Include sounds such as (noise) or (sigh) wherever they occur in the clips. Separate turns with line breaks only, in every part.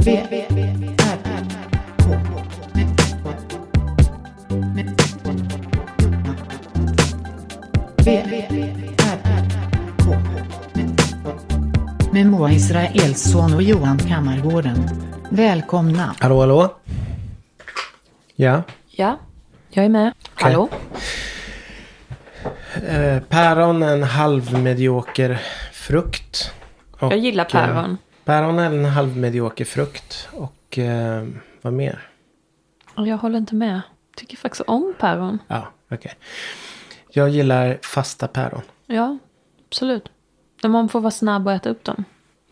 V, R, K. V, R, K. Med Moa Israelsson och Johan Kammargården. Välkomna.
Hallå, hallå? Ja,
Ja, jag är med. Hallå?
eh, päron är en halvmedioker frukt. Och,
Jag gillar päron.
Eh, päron är en halvmedioker frukt. Och eh, vad mer?
Och Jag håller inte med. Tycker faktiskt om päron.
Ja, okej. Jag gillar fasta päron.
Ja, absolut. Men man får vara snabb och äta upp dem.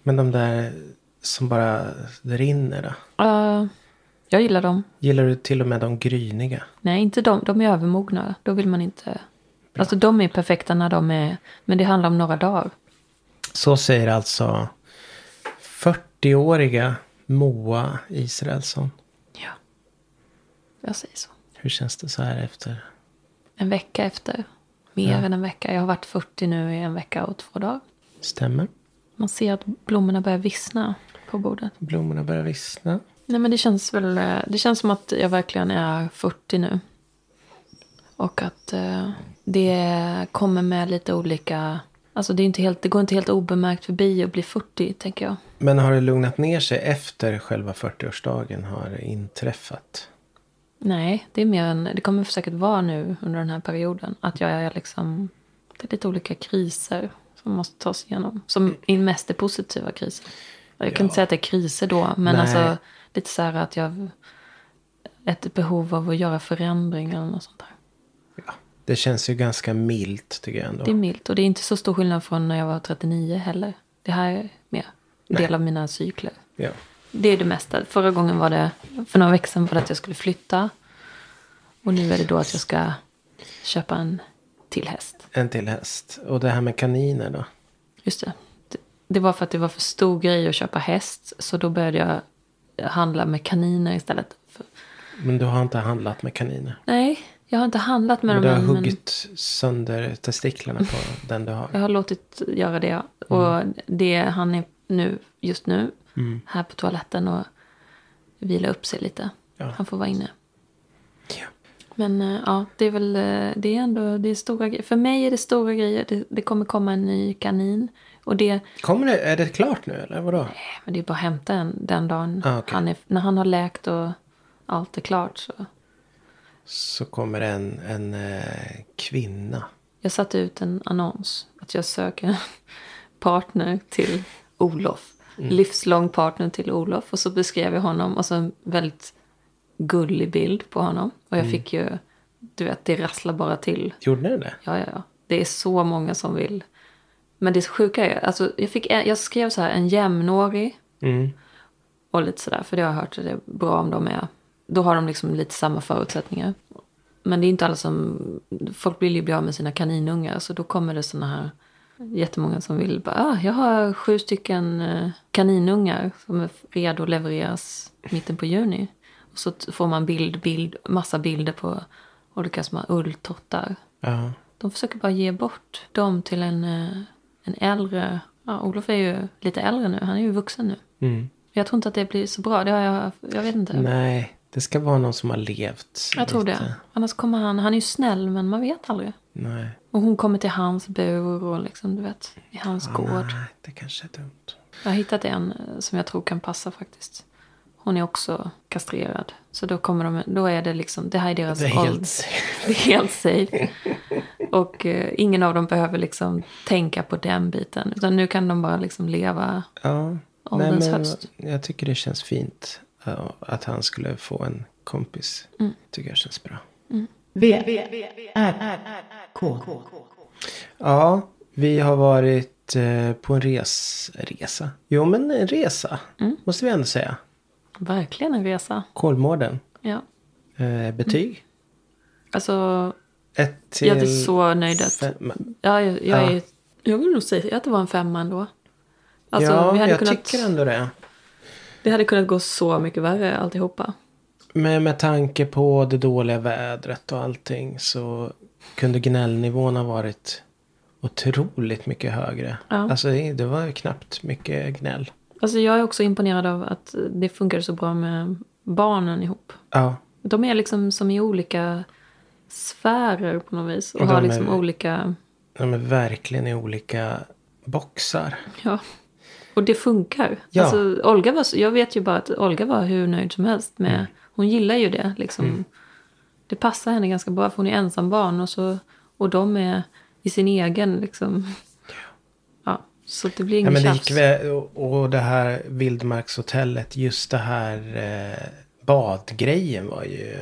Men de där som bara rinner då?
Eh, jag gillar dem.
Gillar du till och med de gryniga?
Nej, inte dem. De är övermogna. Då vill man inte... Alltså de är perfekta när de är... Men det handlar om några dagar.
Så säger alltså 40-åriga Moa Israelsson.
Ja. Jag säger så.
Hur känns det så här efter?
En vecka efter. Mer än en vecka. Jag har varit 40 nu i en vecka och två dagar.
Stämmer?
Man ser att blommorna börjar vissna på bordet.
Blommorna börjar vissna.
Nej men det känns väl, eh, det känns som att jag verkligen är 40 nu. Och att eh, det kommer med lite olika, alltså det, är inte helt, det går inte helt obemärkt förbi att bli 40 tänker jag.
Men har det lugnat ner sig efter själva 40-årsdagen har inträffat?
Nej, det är mer en, det kommer säkert vara nu under den här perioden. Att jag är liksom, det är lite olika kriser som måste tas igenom. Som i mest är positiva kriser. Jag kan
Ja.
inte säga att det är kriser då, men
Nej.
alltså lite så här att jag, ett behov av att göra förändringar eller något sånt där.
Ja. Det känns ju ganska milt tycker jag ändå.
Det är milt och det är inte så stor skillnad från när jag var 39 heller. Det här är mer del av mina cykler.
Ja.
Det är det mesta. Förra gången var det, för några veckor sedan var det att jag skulle flytta. Och nu är det då att jag ska köpa en till häst.
En till häst. Och det här med kaniner då?
Just det. Det- Det var för att det var för stor grej att köpa häst. Så då började jag handla med kaniner istället. För,
Men du har inte handlat med kaniner?
nej, jag har inte handlat med
Men du
dem
har
än, men-
huggit sönder testiklarna
(laughs)
på den du har?
Jag har låtit göra det.
Mm.
Och det han är nu, just nu
Mm.
här på toaletten och vila upp sig lite.
Ja.
Han får vara inne.
Ja.
Men eh, ja, det är väl eh, det är ändå det är stora grejer. För mig är det stora grejer. Det, det kommer komma en ny kanin. Och det,
Kommer det, är det klart nu eller vadå?
nej, men det är bara att hämta en den dagen.
Ah, okej.
han är, när han har läkt och allt är klart. Så.
Så kommer en, en eh, kvinna.
Jag satte ut en annons att jag söker (laughs) en partner till Olof. Livslång partner till Olof. Och så beskrev jag honom och så en väldigt gullig bild på honom. Och jag fick ju, du vet, det rasslar bara till.
Gjorde den det?
Ja, ja, ja. Det är så många som vill. Men det sjuka är, alltså jag, fick, en- jag skrev så här, en jämnårig
Mm.
och lite sådär. För det har jag hört att det är bra om de är. Då har de liksom lite samma förutsättningar. Men det är inte alla som... Folk vill ju bli av med sina kaninungar. Så då kommer det såna här jättemånga som vill bara... Ah, jag har sju stycken eh, kaninungar som är redo att levereras mitten på juni. Och så t- får man bild, bild, massa bilder på olika små ulltottar.
Ja.
De försöker bara ge bort dem till en, eh, en äldre... Ja, Olof är ju lite äldre nu. Han är ju vuxen nu.
Mm.
Jag tror inte att det blir så bra. Det har jag, jag vet inte.
Nej, det ska vara någon som har levt.
jag tror
lite.
det. Annars kommer han... Han är ju snäll, men man vet aldrig.
Nej.
Och hon kommer till hans bur och liksom, du vet, i
Ah.
hans gård.
Nej, det kanske är dumt.
Jag har hittat en eh, som jag tror kan passa faktiskt. Hon är också kastrerad. Så då kommer de... Då är det liksom... Det här är deras
Det är
ålder.
helt...
(laughs) Det är helt safe. Och eh, ingen av dem behöver liksom tänka på den biten. Utan nu kan de bara liksom leva.
Ja. Nej,
Ålderns
men
höst.
jag tycker det känns fint ja, att han skulle få en kompis.
Mm.
Tycker jag känns bra.
V, R, K.
Ja, vi har varit eh, på en res, resa. Jo, men en resa.
Mm.
Måste vi ändå säga.
Verkligen en resa.
Kolmården.
Ja.
Eh, betyg?
Alltså,
Ett till...
Jag är så nöjd att-
fem-
Ja, jag, jag,
Ja.
Är, jag vill nog säga att det var en femma ändå. Alltså,
ja,
vi hade
jag
kunnat,
tycker ändå det.
det hade kunnat gå så mycket värre alltihopa.
Men med tanke på det dåliga vädret och allting så kunde gnällnivån ha varit otroligt mycket högre.
Ja.
Alltså det det var ju knappt mycket gnäll.
Alltså jag är också imponerad av att det funkar så bra med barnen ihop.
Ja.
De är liksom som i olika sfärer på något vis. Och,
Och de
har liksom
är-
olika...
De är verkligen i olika boxar.
Ja. Och det funkar.
Ja.
Alltså, Olga var, så- jag vet ju bara att Olga var hur nöjd som helst med...
Mm.
Hon gillar ju det. Liksom. Det passar henne ganska bra för hon är ensam barn och, så, och de är i sin egen... Liksom. Ja, så det blir
Ja,
ingen
men det
tjafs.
gick väl, och- och det här vildmarkshotellet, just det här eh, badgrejen var ju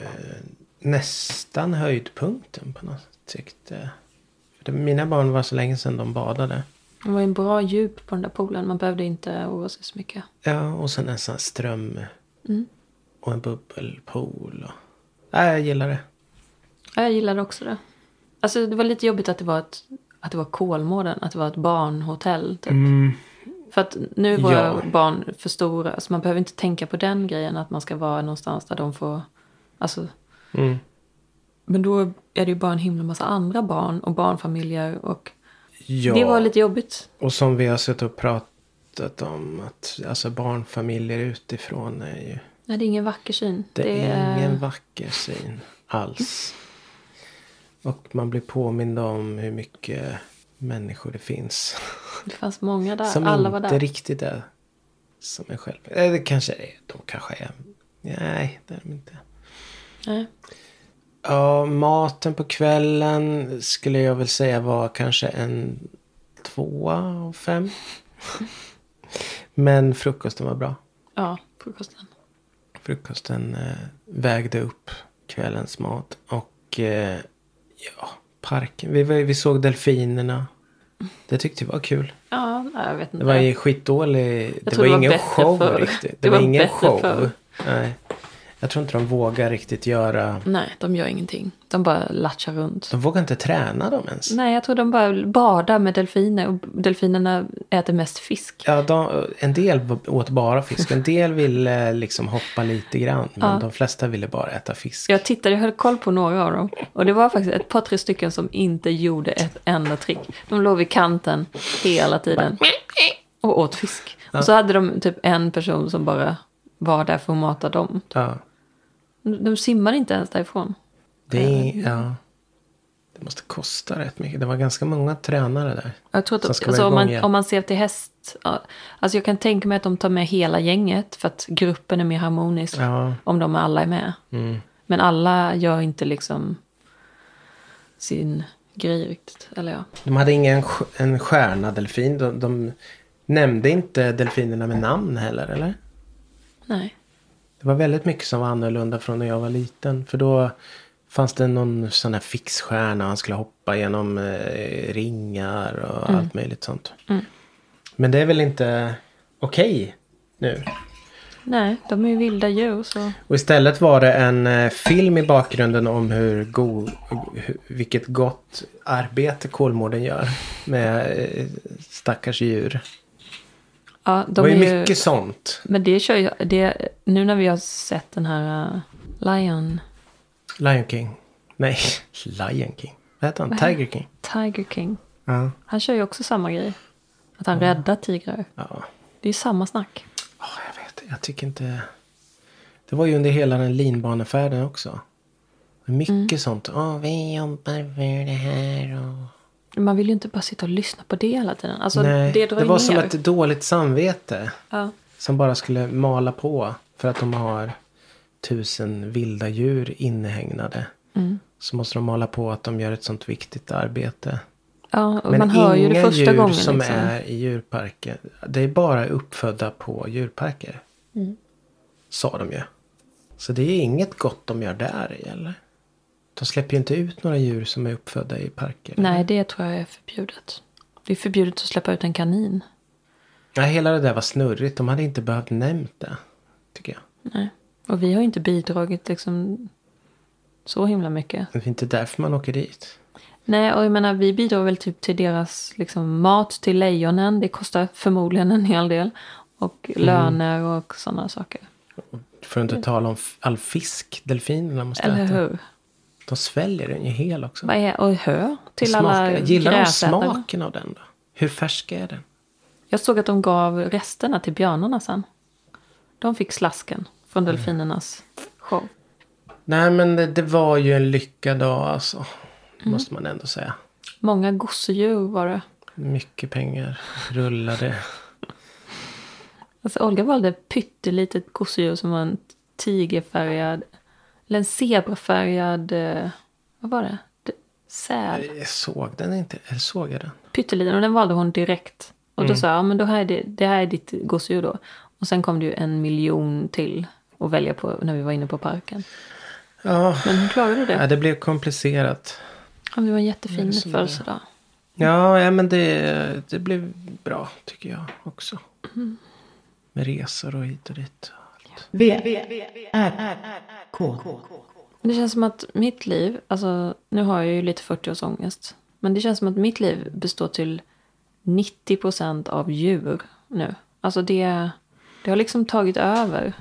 nästan höjdpunkten på något sätt. tyckte- För det, mina barn var så länge sedan de badade.
Det var ju en bra djup på den där poolen. Man behövde inte oroa sig så mycket.
Ja, och sen en sån här ström.
Mm.
Och en bubbelpool. Och... Nej, jag gillar det.
Ja, jag gillade också det. Alltså det var lite jobbigt att det var ett, att det var Kolmården, att det var ett barnhotell typ. För att nu är våra
Mm. Ja.
barn för stora, så man behöver inte tänka på den grejen att man ska vara någonstans där de får, alltså.
Mm.
Men då är det ju bara en himla massa andra barn och barnfamiljer och
Ja.
det var lite jobbigt.
Och som vi har suttit och pratat om. att Alltså barnfamiljer utifrån är ju.
Nej, det är ingen vacker syn.
Det, är ingen vacker syn alls. Och man blir påmind om hur mycket människor det finns.
det fanns många där,
Som
alla var
inte
där.
riktigt är som en själv. Eh, Det kanske är. De kanske är. Nej, det är de inte.
Nej.
Ja, maten på kvällen skulle jag väl säga var kanske en tvåa av fem. Men frukosten var bra.
Ja, frukosten.
Frukosten eh, vägde upp kvällens mat. Och eh, ja, parken. Vi, var, vi såg delfinerna. Det tyckte jag var kul.
Ja, nej, jag vet inte.
Det var ju skitdålig. Det
tror
var
det var
ingen
bättre
show
förr.
riktigt. Det,
Det
var,
var
ingen
bättre
show.
förr.
Nej. Jag tror inte de vågar riktigt göra.
Nej, de gör ingenting. De bara latchar runt.
De vågar inte träna dem ens.
Nej, jag tror de bara badar med delfiner och delfinerna äter mest fisk.
Ja, de, en del åt bara fisk. En del ville liksom hoppa lite grann. Men de flesta ville bara äta fisk.
Jag tittade, jag höll koll på några av dem. Och det var faktiskt ett par, tre stycken som inte gjorde ett enda trick. De låg vid kanten hela tiden och åt fisk. Och så hade de typ en person som bara var där för att mata dem.
Ja,
De simmade inte ens därifrån.
det, är,
Mm.
ja. det måste kosta rätt mycket. Det var ganska många tränare där.
Jag tror att,
Som ska
alltså,
vara
om,
igång
man,
igen.
om man ser till häst, ja, alltså jag kan tänka mig att de tar med hela gänget för att gruppen är mer harmonisk
Ja.
om de alla är med.
Mm.
Men alla gör inte liksom sin grej riktigt. Eller ja.
De hade ingen sk- en stjärna-delfin. De, de nämnde inte delfinerna med namn heller, eller?
Nej.
Det var väldigt mycket som var annorlunda från när jag var liten. För då fanns det någon sån här fixstjärna. Han skulle hoppa genom eh, ringar och allt möjligt sånt. Men det är väl inte okej nu.
Nej, de är ju vilda djur så.
Och istället var det en eh, film i bakgrunden om hur go- hur, vilket gott arbete Kolmården gör. Med eh, stackars djur.
Ja,
det
de
var
är
ju
ju,
mycket sånt.
men det kör ju, det, nu när vi har sett den här äh, Lion,
Lion King. Nej, (laughs) Lion King. Vad heter han? Tiger King.
Tiger King.
Ja.
Han kör ju också samma grej. Att
Mm.
han räddar tigrar.
ja.
Det är ju samma snack.
Ja, jag vet. Jag tycker inte... Det var ju under hela den linbanefärden också. Mycket
Mm.
sånt. Åh, vi jobbar för det här och...
Man vill ju inte bara sitta och lyssna på det hela tiden. Alltså,
Nej,
det
det,
drar ju
var
ner.
som ett dåligt samvete.
Ja.
Som bara skulle mala på. För att de har tusen vilda djur inhägnade.
Mm.
Så måste de mala på att de gör ett sånt viktigt arbete.
Ja, och man hör ju det
inga
första
djur
gången.
som
liksom.
är i djurparker. Det är bara uppfödda på djurparker.
Mm.
Sa de ju. Så det är inget gott de gör där i, eller? De släpper ju inte ut några djur som är uppfödda i parker.
Nej, det tror jag är förbjudet. Det är förbjudet att släppa ut en kanin.
Ja, hela det där var snurrigt. De hade inte behövt nämnt det. Tycker jag.
Nej. Och vi har ju inte bidragit liksom så himla mycket.
Det är inte därför man åker dit.
Nej, och jag menar vi bidrar väl typ till deras liksom, mat till lejonen. Det kostar förmodligen en hel del. Och
Mm.
löner och sådana saker.
För att inte tala om f- all fisk delfinerna måste
Mm. Eller
äta.
hur?
De sväljer den ju hel också.
Vad är, och hö till
Smakar-
alla
Gillar de
gräsätare.
smaken av den då? Hur färsk är den?
Jag såg att de gav resterna till björnarna sen. De fick slasken från
Mm.
delfinernas show.
Nej men det, det var ju en lyckad dag alltså. Måste man ändå säga.
Många gosedjur var det.
Mycket pengar rullade.
Alltså Olga valde ett pyttelitet gosedjur som var en tigerfärgad, eller en zebrafärgad, eh, vad var det? D- Säl.
Jag såg den inte. Eller såg jag den?
Pytteliten och den valde hon direkt. Och då
Mm.
sa jag, ja men då här är det, det här är ditt gosedjur då. Och sen kom det ju en miljon till att välja på när vi var inne på parken.
Ja.
Men hon klarade det.
ja, det blev komplicerat.
Ja, men det var en jättefin
det är som det är.
födelsedag.
Ja, ja men det, det blev bra tycker jag också. Mm. Med resor och hit och dit.
V, R, K,
Det känns som att mitt liv, alltså nu har jag ju lite 40-årsångest. Men det känns som att mitt liv består till 90% av djur nu. Alltså det, det har liksom tagit över.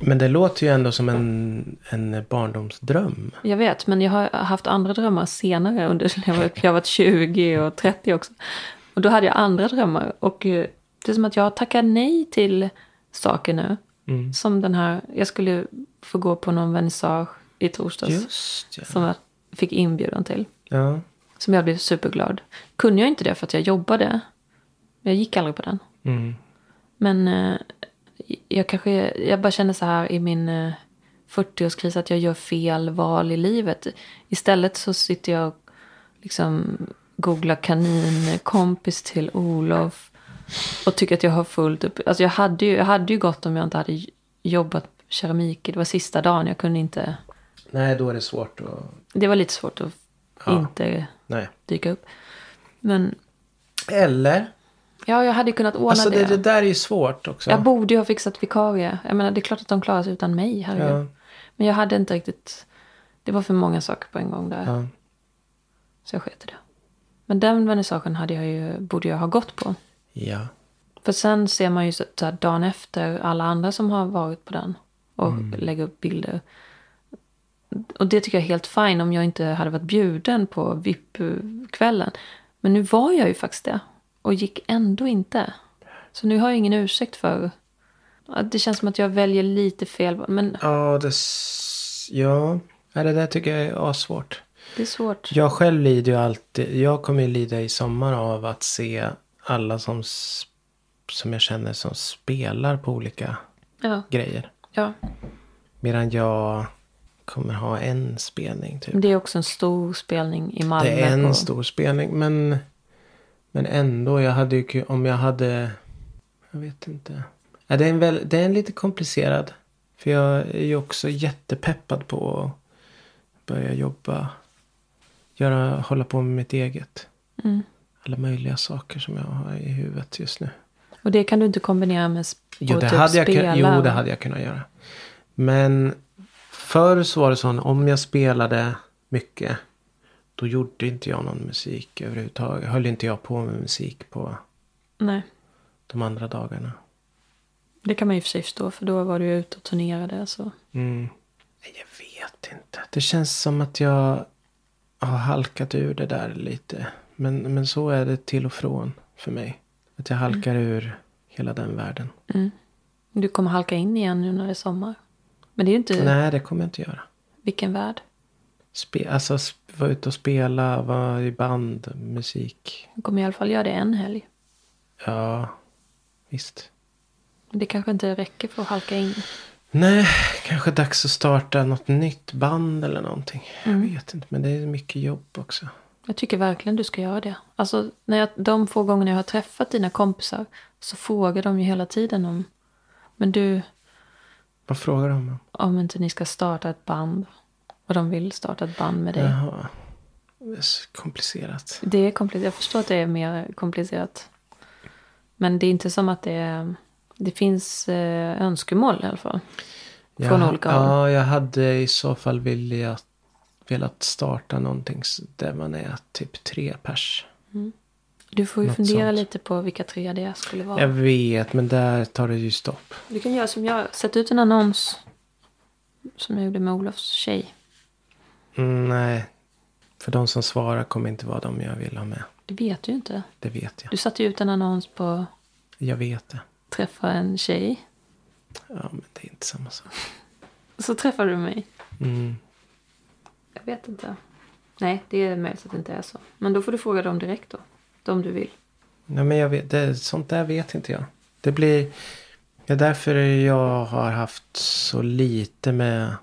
Men det låter ju ändå som en, en barndomsdröm.
Jag vet, men jag har haft andra drömmar senare. Under, jag, var, jag har varit 20 och 30 också. Och då hade jag andra drömmar. Och eh, det är som att jag tackar nej till saker nu. Som den här, jag skulle få gå på någon vernissage i torsdags.
Just ja.
Som jag fick inbjudan till.
ja.
Som jag blev superglad. Kunde jag inte det för att jag jobbade. Jag gick aldrig på den.
Mm.
Men eh, jag kanske, jag bara känner så här i min eh, 40-årskris att jag gör fel val i livet. Istället så sitter jag och liksom googlar kanin, kompis till Olof. Och tycker att jag har fullt upp. Alltså jag hade ju, jag hade ju gått om jag inte hade jobbat keramik. Det var sista dagen, jag kunde inte.
Nej, då är det svårt att...
Det var lite svårt att
Ja.
inte
Nej.
dyka upp. Men
Eller?
Ja, jag hade ju kunnat ordna
Alltså det,
det.
det där är ju svårt också.
Jag borde ju ha fixat vikarie. Jag menar, det är klart att de klarar sig utan mig.
Ja.
Herregud. Men jag hade inte riktigt... Det var för många saker på en gång där.
Ja.
Så jag sket i det. Men den vernissagen hade jag ju, borde jag ha gått på.
ja.
För sen ser man ju så så här, dagen efter alla andra som har varit på den. Och
Mm.
lägger upp bilder. Och det tycker jag är helt fint om jag inte hade varit bjuden på VIP-kvällen. Men nu var jag ju faktiskt det. Och gick ändå inte. Så nu har jag ingen ursäkt för... Ja, Det känns som att jag väljer lite fel. Men
Ja, det... s- Ja. Nej, det där tycker jag är assvårt.
det är svårt.
Jag själv lider ju alltid, jag kommer ju lida i sommar av att se alla som, s- som jag känner som spelar på olika
Ja.
grejer.
ja.
Medan jag kommer ha en spelning typ.
Det är också en stor spelning i Malmö.
Det är en
på-
stor spelning men, men ändå, jag hade ju, ku- om jag hade, jag vet inte. Ja, det, är en väl, det är en lite komplicerad. För jag är ju också jättepeppad på att börja jobba, göra, hålla på med mitt eget.
Mm.
alla möjliga saker som jag har i huvudet just nu.
Och det kan du inte kombinera med sp-
Jo
och
det,
typ
hade jag, kun-
spela.
jo, det hade jag kunnat göra. Men förr så var det så om jag spelade mycket. Då gjorde inte jag någon musik överhuvudtaget. Höll inte jag på med musik på
Nej.
de andra dagarna.
Det kan man ju i och för sig förstå, för då var du ju ute och turnerade. Så.
Mm. Nej, Jag vet inte. Det känns som att jag har halkat ur det där lite. Men, men så är det till och från för mig. Att jag halkar ur hela den världen.
Du kommer halka in igen nu när det är sommar. Men det är ju inte
Nej, det kommer jag inte göra.
vilken värld.
Spe, alltså sp- vara ute och spela, vara i band, musik.
Du kommer i alla fall göra det en helg.
Ja, visst.
Men Det kanske inte räcker för att halka in.
Nej, kanske dags att starta något nytt band eller någonting.
Mm.
Jag vet inte, men det är mycket jobb också.
Jag tycker verkligen du ska göra det. Alltså, när jag, de få gångerna jag har träffat dina kompisar så frågar de ju hela tiden om... Men du,
Vad frågar de om?
om inte ni ska starta ett band. Och de vill starta ett band med dig.
Jaha. Det är så komplicerat.
Det är komplicerat. Jag förstår att det är mer komplicerat. Men det är inte som att det är... Det finns eh, önskemål i alla fall. Från
Jag-
olika håll.
Ja, jag hade i så fall velat, velat starta någonting s- där man är typ tre pers.
Du får ju
något
fundera
sånt.
lite på vilka tre det skulle vara.
Jag vet, men där tar det ju stopp.
Du kan göra som jag. Sätt ut en annons. Som jag gjorde med Olofs tjej.
Mm, nej, för de som svarar kommer inte vara de jag vill ha med.
Det vet du ju inte.
Det vet jag.
Du satte ju ut en annons på
Jag vet det.
träffa en tjej.
Ja, men det är inte samma sak.
Så träffar du mig.
Mm.
Jag vet inte. Nej, det är möjligt att det inte är så. Men då får du fråga dem direkt då. De du vill.
Nej, men jag vet, det, sånt där vet inte jag. Det blir... Det är därför jag har haft så lite med,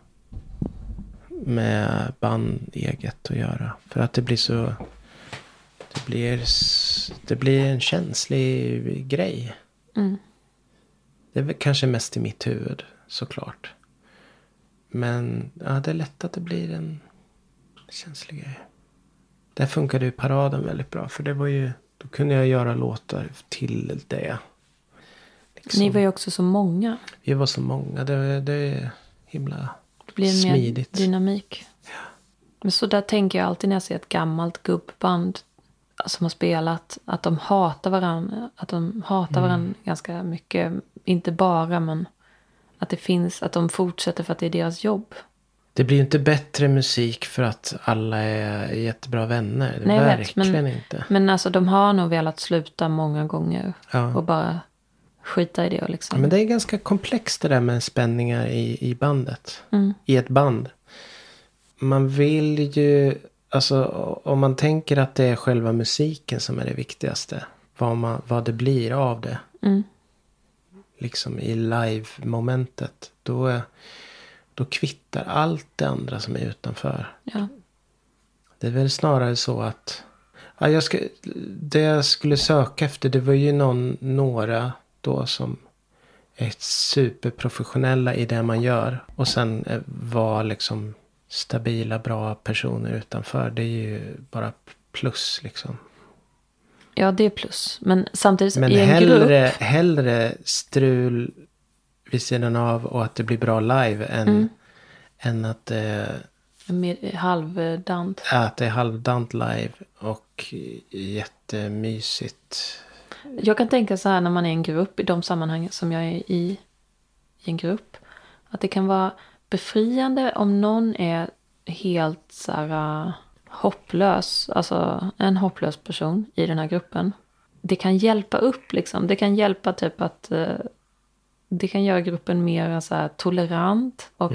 med band eget att göra. För att det blir så... Det blir, s- det blir en känslig grej.
Mm.
Det är väl kanske mest i mitt huvud, såklart. Men ja, det är lätt att det blir en känslig grej. Där funkade ju paraden väldigt bra. För det var ju... Då kunde jag göra låtar till det. Liksom.
Ni var ju också så många.
Vi var så många. Det, det är himla
Det blir mer
smidigt.
dynamik. Men så där tänker jag alltid när jag ser ett gammalt gubbband eh, som har spelat. Att de hatar varandra. Att de
Mm.
hatar varandra ganska mycket. Inte bara men att det finns. Att de fortsätter för att det är deras jobb.
Det blir ju inte bättre musik för att alla är jättebra vänner.
Nej, jag vet,
Verkligen
men-
inte.
Men alltså de har nog velat sluta många gånger.
Ja.
Och bara skita i det och liksom.
Men det är ganska komplext det där med spänningar i, i bandet.
Mm.
I ett band. Man vill ju... Alltså om man tänker att det är själva musiken som är det viktigaste. Vad, man, vad det blir av det.
Mm.
liksom i live-momentet. Då, då kvittar allt det andra som är utanför.
Ja.
Det är väl snarare så att... Ja, jag ska, det jag skulle söka efter det var ju någon, några då som är superprofessionella i det man gör. Och sen eh, var liksom stabila, bra personer utanför. Det är ju bara plus liksom.
ja, det är plus. Men samtidigt så-
Men
i en grupp.
hellre, hellre strul vid sidan av och att det blir bra live än,
Mm.
än att, eh,
Med, halvdant.
att det är halvdant live och jättemysigt.
Jag kan tänka så här när man är i en grupp, i de sammanhang som jag är i, i en grupp. Att det kan vara befriande om någon är helt så här, äh, hopplös, alltså en hopplös person i den här gruppen. Det kan hjälpa upp liksom, det kan hjälpa typ att eh, det kan göra gruppen mer så här, tolerant och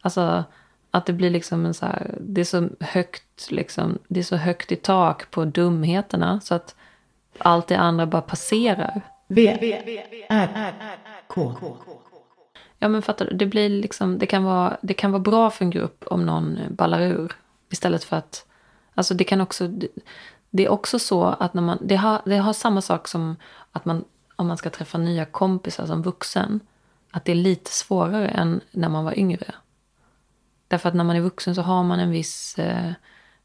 alltså att det blir liksom en så här, det är så högt liksom, det är så högt i tak på dumheterna så att allt det andra bara passerar.
V, R, K.
Ja men fattar du, det blir liksom, det kan vara, det kan vara bra för en grupp om någon ballar ur. Istället för att, alltså det kan också, det, det är också så att när man, det har, det har samma sak som att man, om man ska träffa nya kompisar som vuxen. Att det är lite svårare än när man var yngre. Därför att när man är vuxen så har man en viss eh,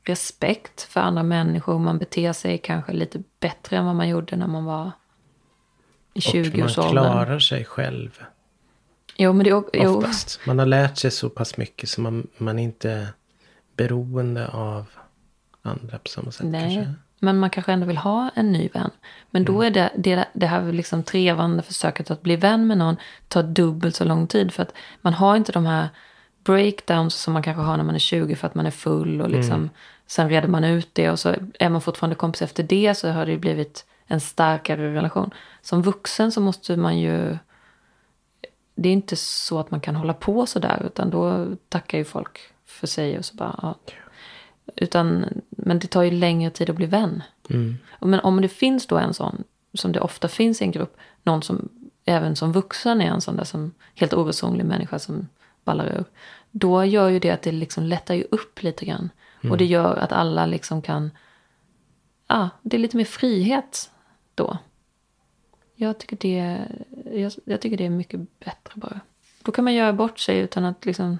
respekt för andra människor. Man beter sig kanske lite bättre än vad man gjorde när man var i
Och man
20-årsåldern.
klarar sig själv
Jo, men det är o- jo,
oftast. Man har lärt sig så pass mycket så man, man är inte beroende av andra på samma sätt.
Nej,
Kanske. Mm.
men man kanske ändå vill ha en ny vän. Men då är det, det, det här liksom trevande försöket att bli vän med någon tar dubbelt så lång tid. För att man har inte de här breakdowns som man kanske har när man är 20 för att man är full. Och liksom,
Mm.
Sen reder man ut det och så är man fortfarande kompis efter det så har det ju blivit en starkare relation. Som vuxen så måste man ju... Det är inte så att man kan hålla på sådär utan då tackar ju folk för sig och så bara... Ja. Utan, men det tar ju längre tid att bli vän. Men om det finns då en sån, som det ofta finns i en grupp, någon som även som vuxen är en sån där som helt oresonlig människa som ballar ur. Då gör ju det att det liksom lättar ju upp lite grann. Och det gör att alla liksom kan, ja, det är lite mer frihet då. Jag tycker det, jag, jag tycker det är mycket bättre bara. Då kan man göra bort sig utan att liksom,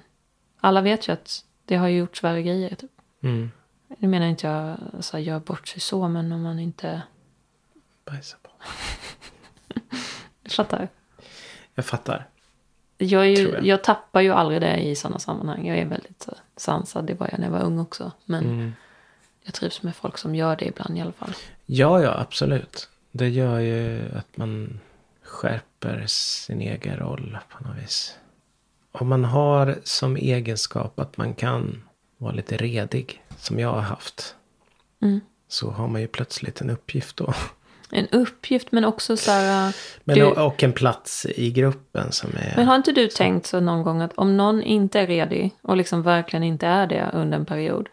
alla vet ju att det har ju gjorts värre grejer typ.
Mm.
Nu menar inte jag så här, gör bort sig så, men om man inte
Bajsa på.
jag fattar.
Jag fattar.
Jag, är ju,
Tror
jag.
jag.
tappar ju aldrig det i sådana sammanhang. Jag är väldigt så här, sansad, det var jag när jag var ung också. Men
Mm.
jag trivs med folk som gör det ibland i alla fall.
Ja, ja, absolut. Det gör ju att man skärper sin egen roll på något vis. Om man har som egenskap att man kan vara lite redig, som jag har haft,
Mm.
så har man ju plötsligt en uppgift då. (laughs)
En uppgift men också så här... äh,
Men,
du,
och- Och en plats i gruppen som är...
men har inte du tänkt så någon gång att om någon inte är redig och liksom verkligen inte är det under en period.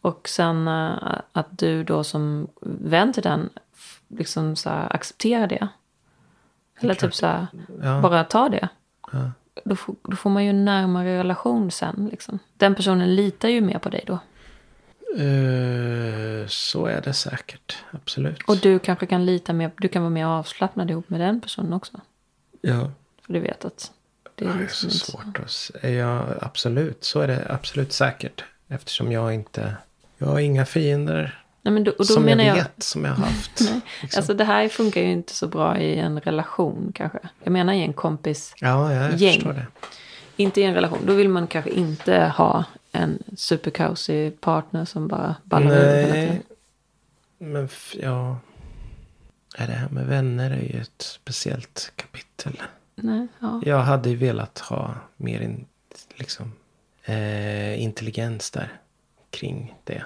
Och sen äh, att du då som vän till den f- liksom så här, accepterar det. Eller typ så här,
Ja.
bara ta det.
Ja.
Då, får- då får man ju en närmare relation sen. Liksom. Den personen litar ju mer på dig då.
Eh, så är det säkert. Absolut.
Och du kanske kan lita mer, du kan vara mer avslappnad ihop med den personen också.
ja.
För du vet att det
Ja,
är
Det är
liksom
så
inte så.
svårt att s- ja, Absolut, så är det absolut säkert. Eftersom jag inte... Jag har inga fiender
Nej, men då, och då
som jag
menar jag,
vet som jag har haft. liksom.
Nej, alltså det här funkar ju inte så bra i en relation kanske. Jag menar i en kompis,
Ja, jag
Gäng.
förstår det.
inte i en relation. Då vill man kanske inte ha en superkaosig partner som bara ballar ur hela tiden.
Nej, men f- ja... Nej, Det här med vänner är ju ett speciellt kapitel.
Nej, ja.
Jag hade ju velat ha mer in, liksom, eh, intelligens där kring det.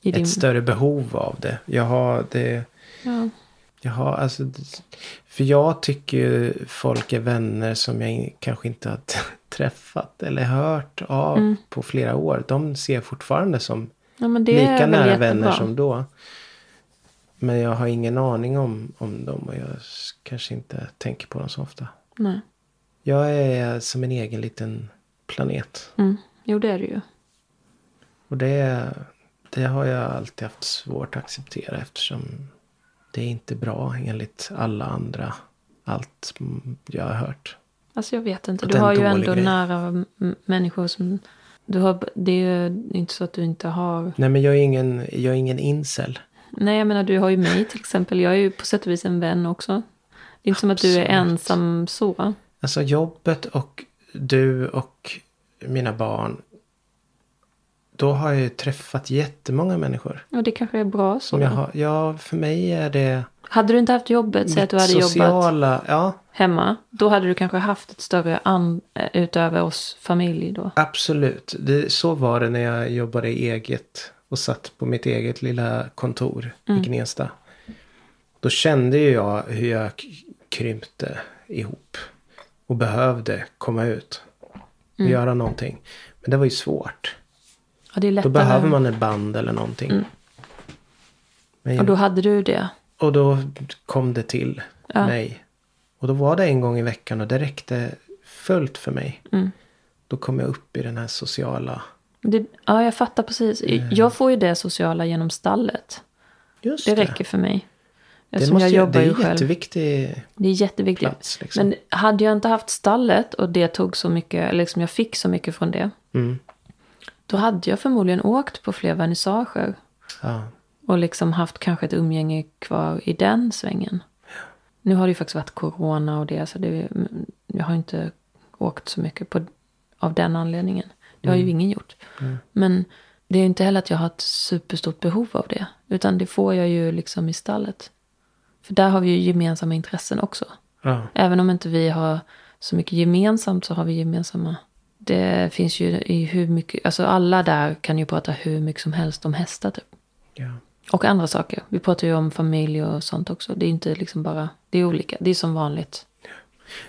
I din,
Ett större behov av det. Jag har det...
ja.
Jaha, alltså. det- För jag tycker ju folk är vänner som jag in- kanske inte har (laughs) träffat eller hört av på flera år. De ser jag fortfarande som
ja, men Mm. det
lika
är väl
nära
jättebra.
vänner som då. Men jag har ingen aning om, om dem och jag s- kanske inte tänker på dem så ofta.
Nej.
Jag är som en egen liten planet.
Mm. Jo, det är det ju.
Och det, det har jag alltid haft svårt att acceptera eftersom det är inte bra enligt alla andra. Allt mm, jag har hört.
Alltså jag vet inte.
Att
Du
det är en
har ju
dålig
ändå
grej.
nära m- människor som... Du har, det är ju inte så att du inte har...
Nej men jag är ingen, jag är ingen incel.
Nej, jag menar du har ju mig till exempel. Jag är ju på sätt och vis en vän också. Det är inte som att du är
Absolut.
ensam så.
Alltså jobbet och du och mina barn. Då har jag ju träffat jättemånga människor.
Och det kanske är bra så.
Som jag har, ja, för mig är det
Hade du inte haft jobbet, säg att du hade jobbat
sociala. Ja,
hemma. Då hade du kanske haft ett större an, eh, utöver oss familj då.
Absolut. Det, så var det när jag jobbade i eget och satt på mitt eget lilla kontor
Mm.
i Gnesta. Då kände ju jag hur jag k- krympte ihop och behövde komma ut och
Mm.
göra någonting. Men det var ju svårt.
Ja, det är
Då
lättare.
behöver man ett band eller någonting. Men,
Mm. Och då hade du det.
och då kom det till mig. Och då var det en gång i veckan och det räckte fullt för mig.
Mm.
Då kom jag upp i den här sociala...
det. Ja, jag fattar precis. Jag får ju det sociala genom stallet.
Eh. Just
Det räcker för mig.
Det,
Eftersom
måste
jag
ju-
jobbar
det är
ju själv.
jätteviktigt.
Det är jätteviktigt.
plats, liksom.
Men hade jag inte haft stallet och det tog så mycket, eller liksom jag fick så mycket från det.
Mm.
Då hade jag förmodligen åkt på fler vernissager.
Ja.
Och liksom haft kanske ett umgänge kvar i den svängen. Nu har det ju faktiskt varit corona och det. Så det mm, jag har inte åkt så mycket på, av den anledningen. Det har ju ingen gjort. Men det är ju inte heller att jag har ett superstort behov av det. Utan det får jag ju liksom i stallet. För där har vi ju gemensamma intressen också.
Ja.
Även om inte vi har så mycket gemensamt så har vi gemensamma. Det finns ju i hur mycket, alltså alla där kan ju prata hur mycket som helst om hästar typ.
Ja.
Och andra saker. Vi pratar ju om familj och sånt också. Det är inte liksom bara, det är olika. Det är som vanligt.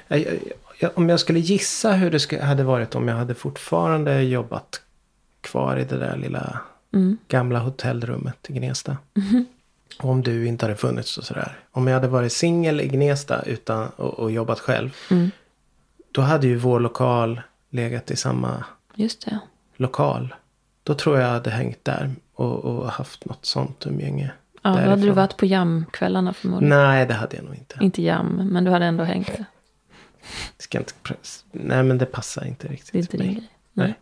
Jag, jag, jag, om jag skulle gissa hur det skulle, hade varit om jag hade fortfarande jobbat kvar i det där lilla
Mm.
gamla hotellrummet i Gnesta.
Mm-hmm.
Om du inte hade funnits och sådär. Om jag hade varit singel i Gnesta utan, och, och jobbat själv.
Mm.
Då hade ju vår lokal legat i samma
Just det.
lokal. Då tror jag hade hängt där och, och haft något sånt umgänge.
Ja, då hade du
därifrån.
varit på jamkvällarna förmodligen.
Nej, det hade jag nog inte.
Inte jam, men du hade ändå hängt där.
Ska inte press- Nej men det passar inte riktigt.
Det är inte
mig.
din grej.
Nej.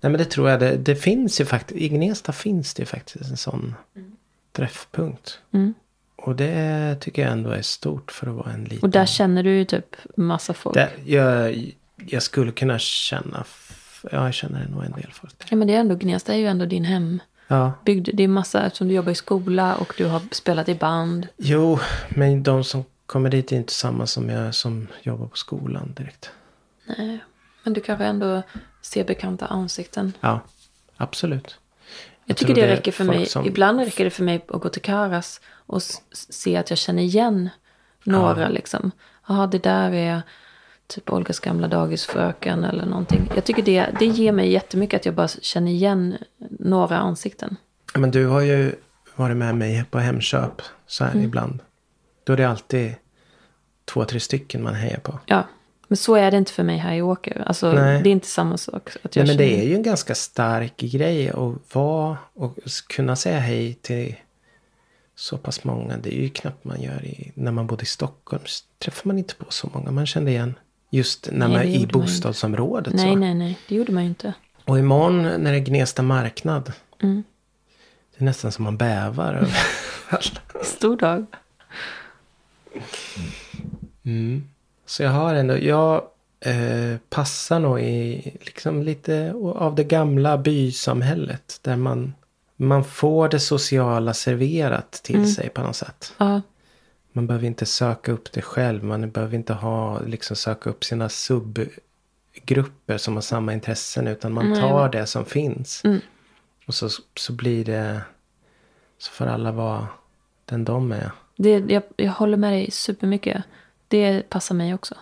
Nej men det tror jag. Det, det finns ju faktiskt. I Gnesta finns det ju faktiskt en sån träffpunkt.
Mm.
Och det tycker jag ändå är stort för att vara en liten.
Och där känner du ju typ massa folk.
Där- jag, jag skulle kunna känna. f- Ja jag känner nog en del folk där.
Ja, men det är ändå Gnesta är ju ändå din hem.
Ja.
Byggd, det är massa, eftersom du jobbar i skola och du har spelat i band.
Jo men de som kommer dit är inte samma som jag som jobbar på skolan direkt.
Nej, men du kanske ändå ser bekanta ansikten.
Ja, absolut.
Jag tycker
tror
det,
det är
räcker för
folk
mig.
som-
Ibland räcker det för mig att gå till Karas och s- se att jag känner igen några liksom. Jaha, det där är typ Olgas gamla dagisfröken eller någonting. Jag tycker det, det ger mig jättemycket att jag bara känner igen några ansikten.
Ja, Men du har ju varit med mig på Hemköp så
Mm.
här ibland. Då är det alltid två, tre stycken man hejar på.
Ja, men så är det inte för mig här i Åker. Alltså,
Nej.
det är inte samma sak. Att jag
Nej, men det
känner-
är ju en ganska stark grej att vara och s- kunna säga hej till så pass många. Det är ju knappt man gör i, när man bodde i Stockholm. s- Träffar man inte på så många man kände igen. Just när
Nej,
man
det
är i
gjorde man ju
bostadsområdet. så.
Nej, nej, nej. Det gjorde man
(laughs)
ju inte.
Och imorgon när det är Gnesta marknad.
Mm.
Det är nästan som man bävar. över (laughs) alla.
Stor dag.
Så jag har ändå, jag eh, passar nog i liksom lite av det gamla bysamhället. Där man, man får det sociala serverat till sig på något sätt.
Ja,
Man behöver inte söka upp det själv. Man behöver inte ha, liksom söka upp sina subgrupper som har samma intressen. Utan man tar det som finns. Och så, så blir det, så får alla vara den de är.
det, jag, jag håller med dig supermycket. Det passar mig också.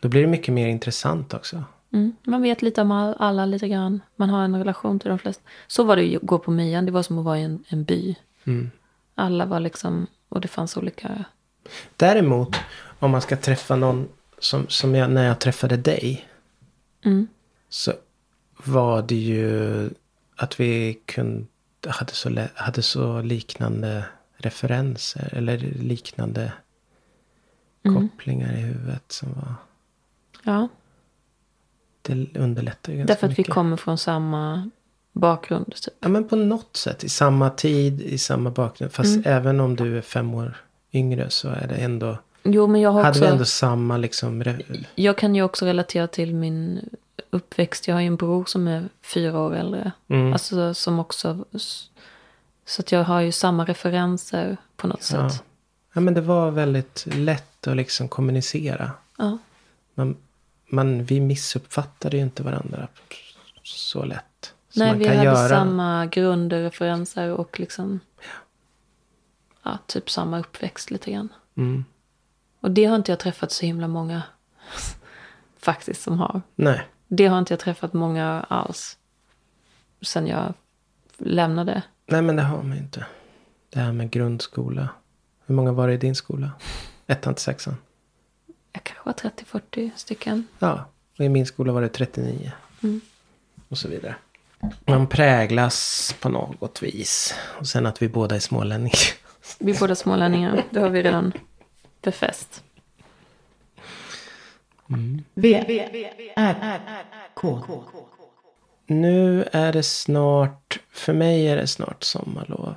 Då blir det mycket mer intressant också.
Mm. Man vet lite om all- alla lite grann. Man har en relation till de flesta. Så var det ju att gå på Mian. Det var som att vara i en, en by.
Mm.
Alla var liksom, och det fanns olika.
Däremot om man ska träffa någon som, som jag, när jag träffade dig.
mm.
Så var det ju att vi kunde, hade, så, lä- hade så liknande referenser. Eller liknande
Mm.
kopplingar i huvudet. Som var,
Ja,
det underlättar ju ganska
därför att vi
mycket.
kommer från samma bakgrund. Typ.
Ja men på något sätt. I samma tid, i samma bakgrund. Fast
Mm.
även om du är fem år yngre så är det ändå.
Jo, men jag har
Hade
också...
vi ändå samma liksom. re-
Jag kan ju också relatera till min uppväxt. Jag har ju en bror som är fyra år äldre.
Mm.
Alltså som också... Så att jag har ju samma referenser på något
Ja.
sätt.
ja, men det var väldigt lätt att liksom kommunicera.
Ja.
Man, man, vi missuppfattade ju inte varandra så lätt. Som
Nej,
man
vi
kan
hade
göra.
samma grundreferenser och liksom... Ja, typ samma uppväxt lite grann.
Mm.
Och det har inte jag träffat så himla många (laughs) faktiskt som har.
Nej,
Det har inte jag träffat många alls. Sen jag lämnade.
nej, men det har man ju inte. Det här med grundskola. Hur många var det i din skola? Ettan till sexan?
Jag kanske var 30-40 stycken.
Ja, och i min skola var det 39.
Mm.
Och så vidare. Man präglas på något vis. Och sen att vi båda är smålänningar.
Vi är båda smålänningar. Det har vi redan befäst.
V, R, R, K.
Nu är det snart, för mig är det snart sommarlov.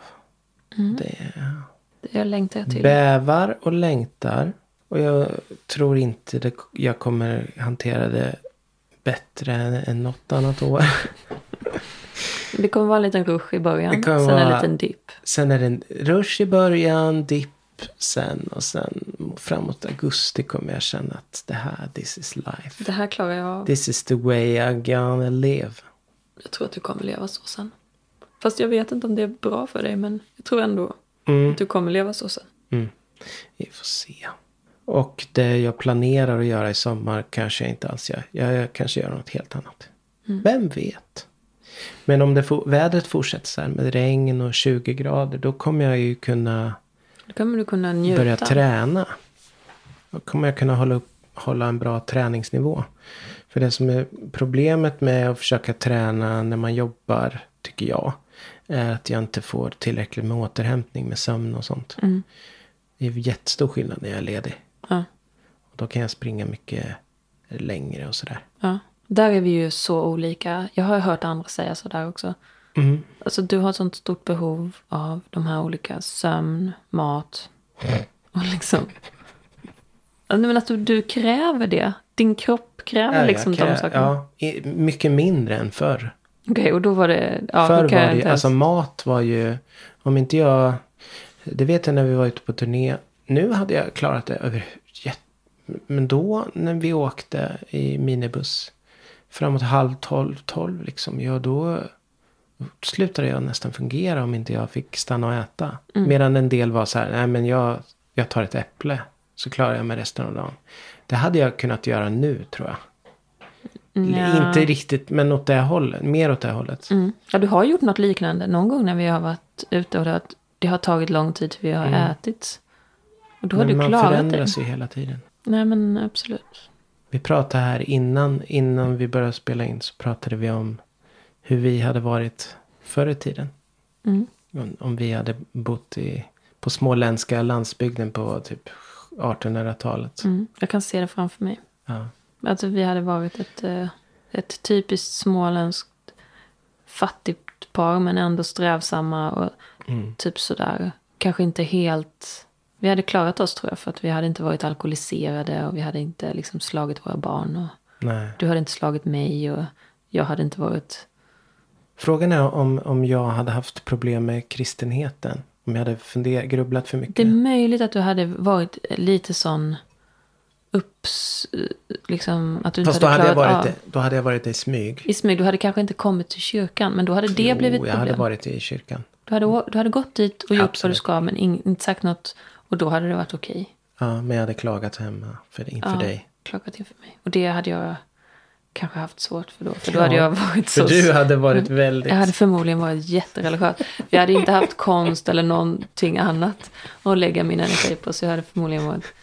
Det är
Det jag längtar jag till.
bävar och längtar. Och jag tror inte det, jag kommer hantera det bättre än, än något annat år. (laughs)
det kommer vara en liten rush i
Det
början.
kommer
Sen en
vara-
liten dipp.
sen är det en rush i början, dipp sen och sen framåt augusti kommer jag känna att det här, this is life.
Det här klarar jag av.
This is the way I'm gonna live.
Jag tror att du kommer leva så sen. Fast jag vet inte om det är bra för dig, men jag tror ändå att du kommer leva så sen.
Mm. Vi får se. Och det jag planerar att göra i sommar kanske jag inte alls gör. Jag, jag kanske gör något helt annat. Vem vet? Men om det for, vädret fortsätter så här med regn och 20 grader. Då kommer jag ju kunna
Då kommer du kunna njuta.
börja träna. Då kommer jag kunna hålla, upp, hålla en bra träningsnivå. För det som är problemet med att försöka träna när man jobbar, tycker jag, är att jag inte får tillräckligt med återhämtning med sömn och sånt.
Mm.
Det är jättestor skillnad när jag är ledig.
Ja,
Och då kan jag springa mycket längre och sådär.
ja. Där är vi ju så olika. Jag har hört andra säga sådär också.
Mm.
Alltså du har ett sånt stort behov av de här olika sömn, mat och liksom... Ja, Nej men att du, du kräver det. Din kropp kräver
Ja,
liksom
Äh, jag
de
kan-
sakerna.
ja, i- mycket mindre än förr.
Okej, och då var det... Ja,
Förr
då kan
var
jag
det ju,
inte ens-
alltså mat var ju, om inte jag, det vet jag när vi var ute på turné. Nu hade jag klarat det över, jät- men då när vi åkte i minibuss. Framåt halv tolv, tolv liksom. Ja då, slutade jag nästan fungera om inte jag fick stanna och äta.
Mm.
Medan en del var så här, nej men jag, jag tar ett äpple. Så klarar jag mig resten av dagen. Det hade jag kunnat göra nu tror jag.
Nja.
Inte riktigt, men åt det hållet. Mer åt det hållet.
Mm. Ja, du har gjort något liknande någon gång när vi har varit ute och det har, det har tagit lång tid för vi har ätit. Och då har
Mm. men
du
man
klarat det.
förändras ju hela tiden.
Nej, men absolut.
Vi pratade här innan, innan vi började spela in så pratade vi om hur vi hade varit förr i tiden.
Mm.
Om, om vi hade bott i, på småländska landsbygden på typ 1800-talet.
Mm. Jag kan se det framför mig.
Ja.
Att vi hade varit ett, eh, ett typiskt småländskt fattigt par men ändå strävsamma och
Mm.
typ sådär. Kanske inte helt... Vi hade klarat oss tror jag för att vi hade inte varit alkoholiserade och vi hade inte liksom slagit våra barn. Och
Nej.
du hade inte slagit mig och jag hade inte varit...
Frågan är om, om jag hade haft problem med kristenheten. Om jag hade funder, grubblat för mycket.
Det är möjligt att du hade varit lite sån upps... Liksom, att du inte
Fast då hade, jag
klarat
varit
av.
det, då hade jag varit det i smyg.
I smyg, du hade kanske inte kommit till kyrkan men då hade det blivit
jo,
problem.
jag hade varit i kyrkan.
Du hade, å- du hade gått dit och gjort vad du
Absolut.
ska men ing, inte sagt något. Och då hade det varit okej.
Ja, men jag hade klagat hemma för, inför
Ja,
dig.
Klagat inför mig. Och det hade jag kanske haft svårt för då. För då
Ja,
hade jag varit
För
så... Mm.
du hade varit väldigt...
Jag hade förmodligen varit jättereligiös. Jag hade inte haft konst eller någonting annat att lägga min energi på. Så jag hade förmodligen varit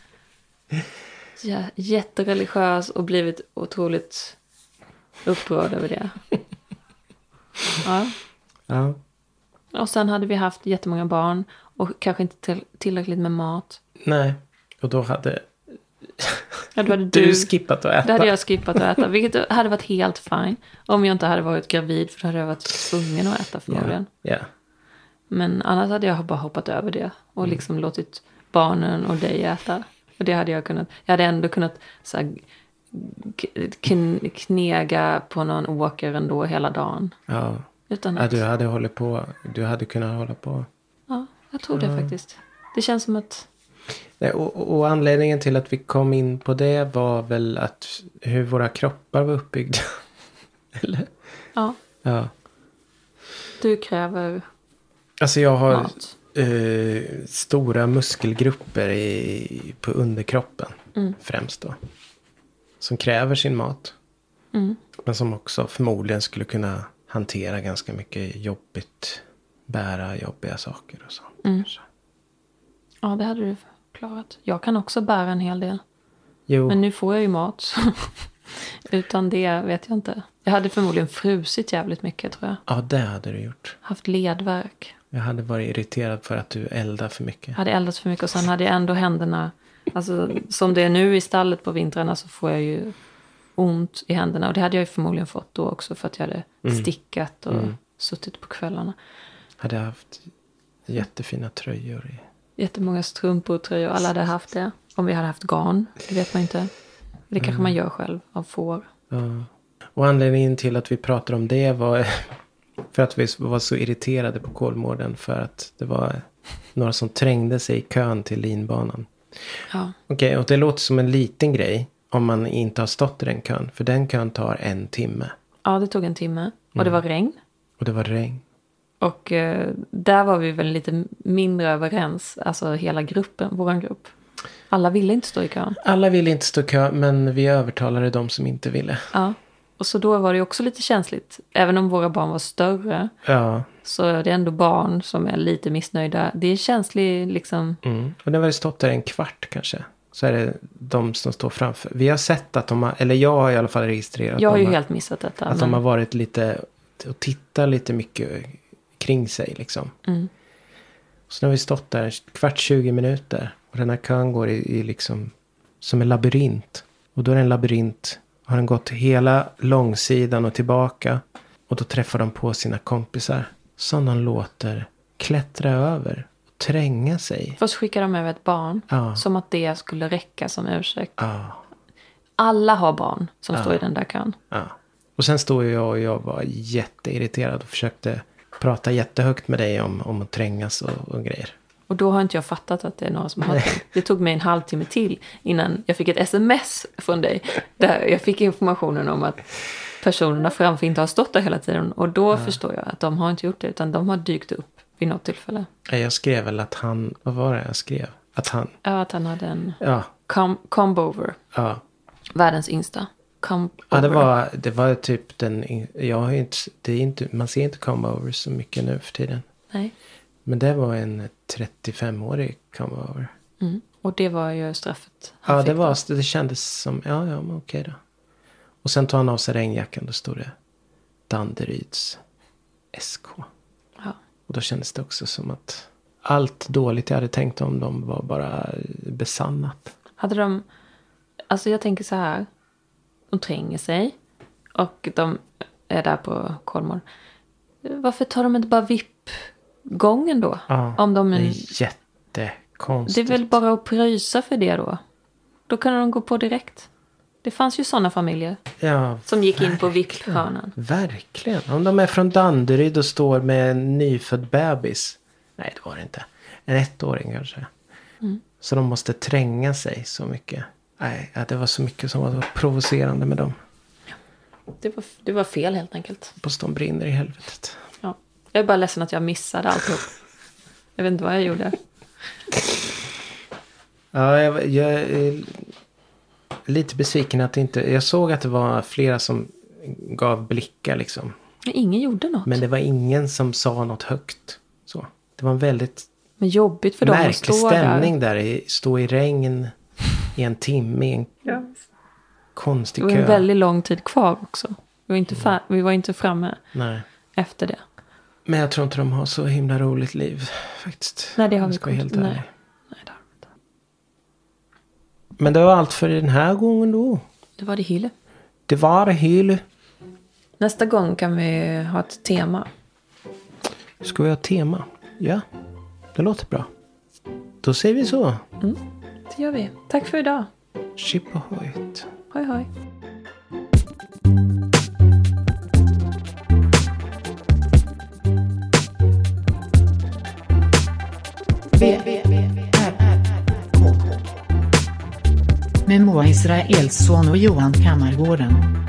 ja, jättereligiös och blivit otroligt upprörd över det. Ja.
Ja.
Och sen hade vi haft jättemånga barn och kanske inte till, tillräckligt med mat.
Nej, och då hade
Ja, då hade
du,
du,
skippat att äta.
då hade jag skippat att äta, vilket hade varit helt fine. Om jag inte hade varit gravid, för då hade jag varit tvungen att äta förmodligen.
Ja.
Men annars hade jag bara hoppat över det och liksom låtit barnen och dig äta. Och det hade jag kunnat. Jag hade ändå kunnat så här, k- kn- knega på någon åker ändå hela dagen.
Ja.
Utan
ja,
att,
du hade hållit på. Du hade kunnat hålla på.
ja, jag tror det faktiskt. Det känns som att
Nej, och, och- och anledningen till att vi kom in på det var väl att hur våra kroppar var uppbyggda. (laughs) Eller?
ja,
Ja.
du kräver
Alltså jag har
mat.
eh, stora muskelgrupper i, på underkroppen. Främst då. Som kräver sin mat.
Mm.
Men som också förmodligen skulle kunna hantera ganska mycket jobbigt. Bära jobbiga saker och sånt.
Mm.
Så.
Ja, det hade du klarat. Jag kan också bära en hel del.
Jo,
Men nu får jag ju mat. (laughs) så Utan det vet jag inte. Jag hade förmodligen frusit jävligt mycket tror jag.
ja det hade du gjort.
Haft ledvärk.
Jag hade varit irriterad för att du eldar för mycket.
Hade eldat för mycket och sen hade jag ändå händerna. Alltså som det är nu i stallet på vintrarna så får jag ju ont i händerna. Och det hade jag ju förmodligen fått då också för att jag hade stickat och suttit på kvällarna.
Hade jag haft jättefina tröjor i.
Jättemånga strumpor och tröjor. Alla hade haft det. Om vi hade haft garn. Det vet man inte. Det kanske man gör själv av får.
Ja. Och anledningen till att vi pratade om det var (laughs) för att vi var så irriterade på Kolmården. För att det var några som trängde sig i kön till linbanan.
Ja.
Okej, och det låter som en liten grej om man inte har stått i den kön. För den kön tar en timme.
ja, det tog en timme. Och det var regn.
Och det var regn.
Och eh, där var vi väl lite mindre överens, alltså hela gruppen, våran grupp. Alla ville inte stå i kön.
Alla ville inte stå i kö, men vi övertalade de som inte ville.
Ja. Och så då var det ju också lite känsligt. Även om våra barn var större
Ja,
så är det ändå barn som är lite missnöjda. Det är känsligt liksom.
Mm. Och när vi har stått där en kvart kanske. Så är det de som står framför. Vi har sett att de har, eller jag har i alla fall registrerat.
Jag har
de
ju
har,
helt missat detta.
att
men-
de har varit lite, och tittat lite mycket kring sig liksom.
Mm.
Så när vi stått där en kvart, 20 minuter. Och den här kön går i, i liksom, som en labyrint. Och då är det en labyrint. Har den gått hela långsidan och tillbaka. Och då träffar de på sina kompisar. Som de låter klättra över. Och tränga sig.
Först skickade de över ett barn.
Ja.
Som att det skulle räcka som ursäkt.
Ja.
Alla har barn som står i den där kön.
Ja. Och sen stod jag och jag var jätteirriterad och försökte prata jättehögt med dig om, om att trängas och, och grejer.
Och då har inte jag fattat att det är några som har hört den. Det tog mig en halvtimme till innan jag fick ett sms från dig. Där jag fick informationen om att personerna framför inte har stått där hela tiden. Och då förstår jag att de har inte gjort det, utan de har dykt upp vid något tillfälle.
Nej, Jag skrev väl att han, vad var det jag skrev? Att han,
Ja, att han hade en
ja,
com- combover,
ja.
världens insta. Com-
Ja, det var, det var typ den, jag har ju inte, det är inte, man ser inte comeovers så mycket nu för tiden.
Nej.
Men det var en 35-årig comeover.
Mm. Och det var ju straffet han
Ja,
fick
det,
då.
var, det kändes som, ja, ja, men okej då. Och sen tar han av sig regnjackan, då stod det Danderyds SK.
Ja.
Och då kändes det också som att allt dåligt jag hade tänkt om dem var bara besannat.
Hade de... Alltså jag tänker så här. De tränger sig. Och de är där på Kolmården. Varför tar de inte bara VIP-gången då?
Ja,
Om de,
Det
det,
är jättekonstigt.
det är väl bara att pröjsa för det då? Då kan de gå på direkt. Det fanns ju sådana familjer
Ja,
som gick in på VIP-hörnan.
Verkligen. Om de är från Danderyd och står med en nyfödd bebis. Nej, det var det inte. En ettåring kanske. Så de måste tränga sig så mycket. Nej, ja, det var så mycket som var provocerande med dem.
Det var, det var fel helt enkelt.
Hoppas de brinner i helvetet.
Ja. Jag är bara ledsen att jag missade alltihop. Jag vet inte vad jag (laughs) gjorde.
Ja, jag, jag är lite besviken att det inte... Jag såg att det var flera som gav blickar liksom.
Men Ingen gjorde något.
Men
Men,
det var ingen som sa något högt. Så. Det var en väldigt
jobbigt för dem att
märklig
stå där.
stämning där. i Stå i regn i en timme i en konstig
Det var en
kö.
väldigt lång tid kvar också. Vi var inte,
Mm.
fa- vi var inte framme
Nej.
efter det.
Men jag tror inte de har så himla roligt liv faktiskt.
Nej, det har
Jag
vi
ska vara
kommit-
helt ärlig.
nej. Nej, det, har de inte.
Men det var allt för den här gången då.
det var det Hille.
Det var hyl.
Nästa gång kan vi ha ett tema.
Ska vi ha tema? Ja, det låter bra. Då säger vi så.
Det gör vi. Tack för idag.
Chip ahoyt.
Hoj, hoj.
V, R, K. Med Moa Israelsson och Johan Kammargården.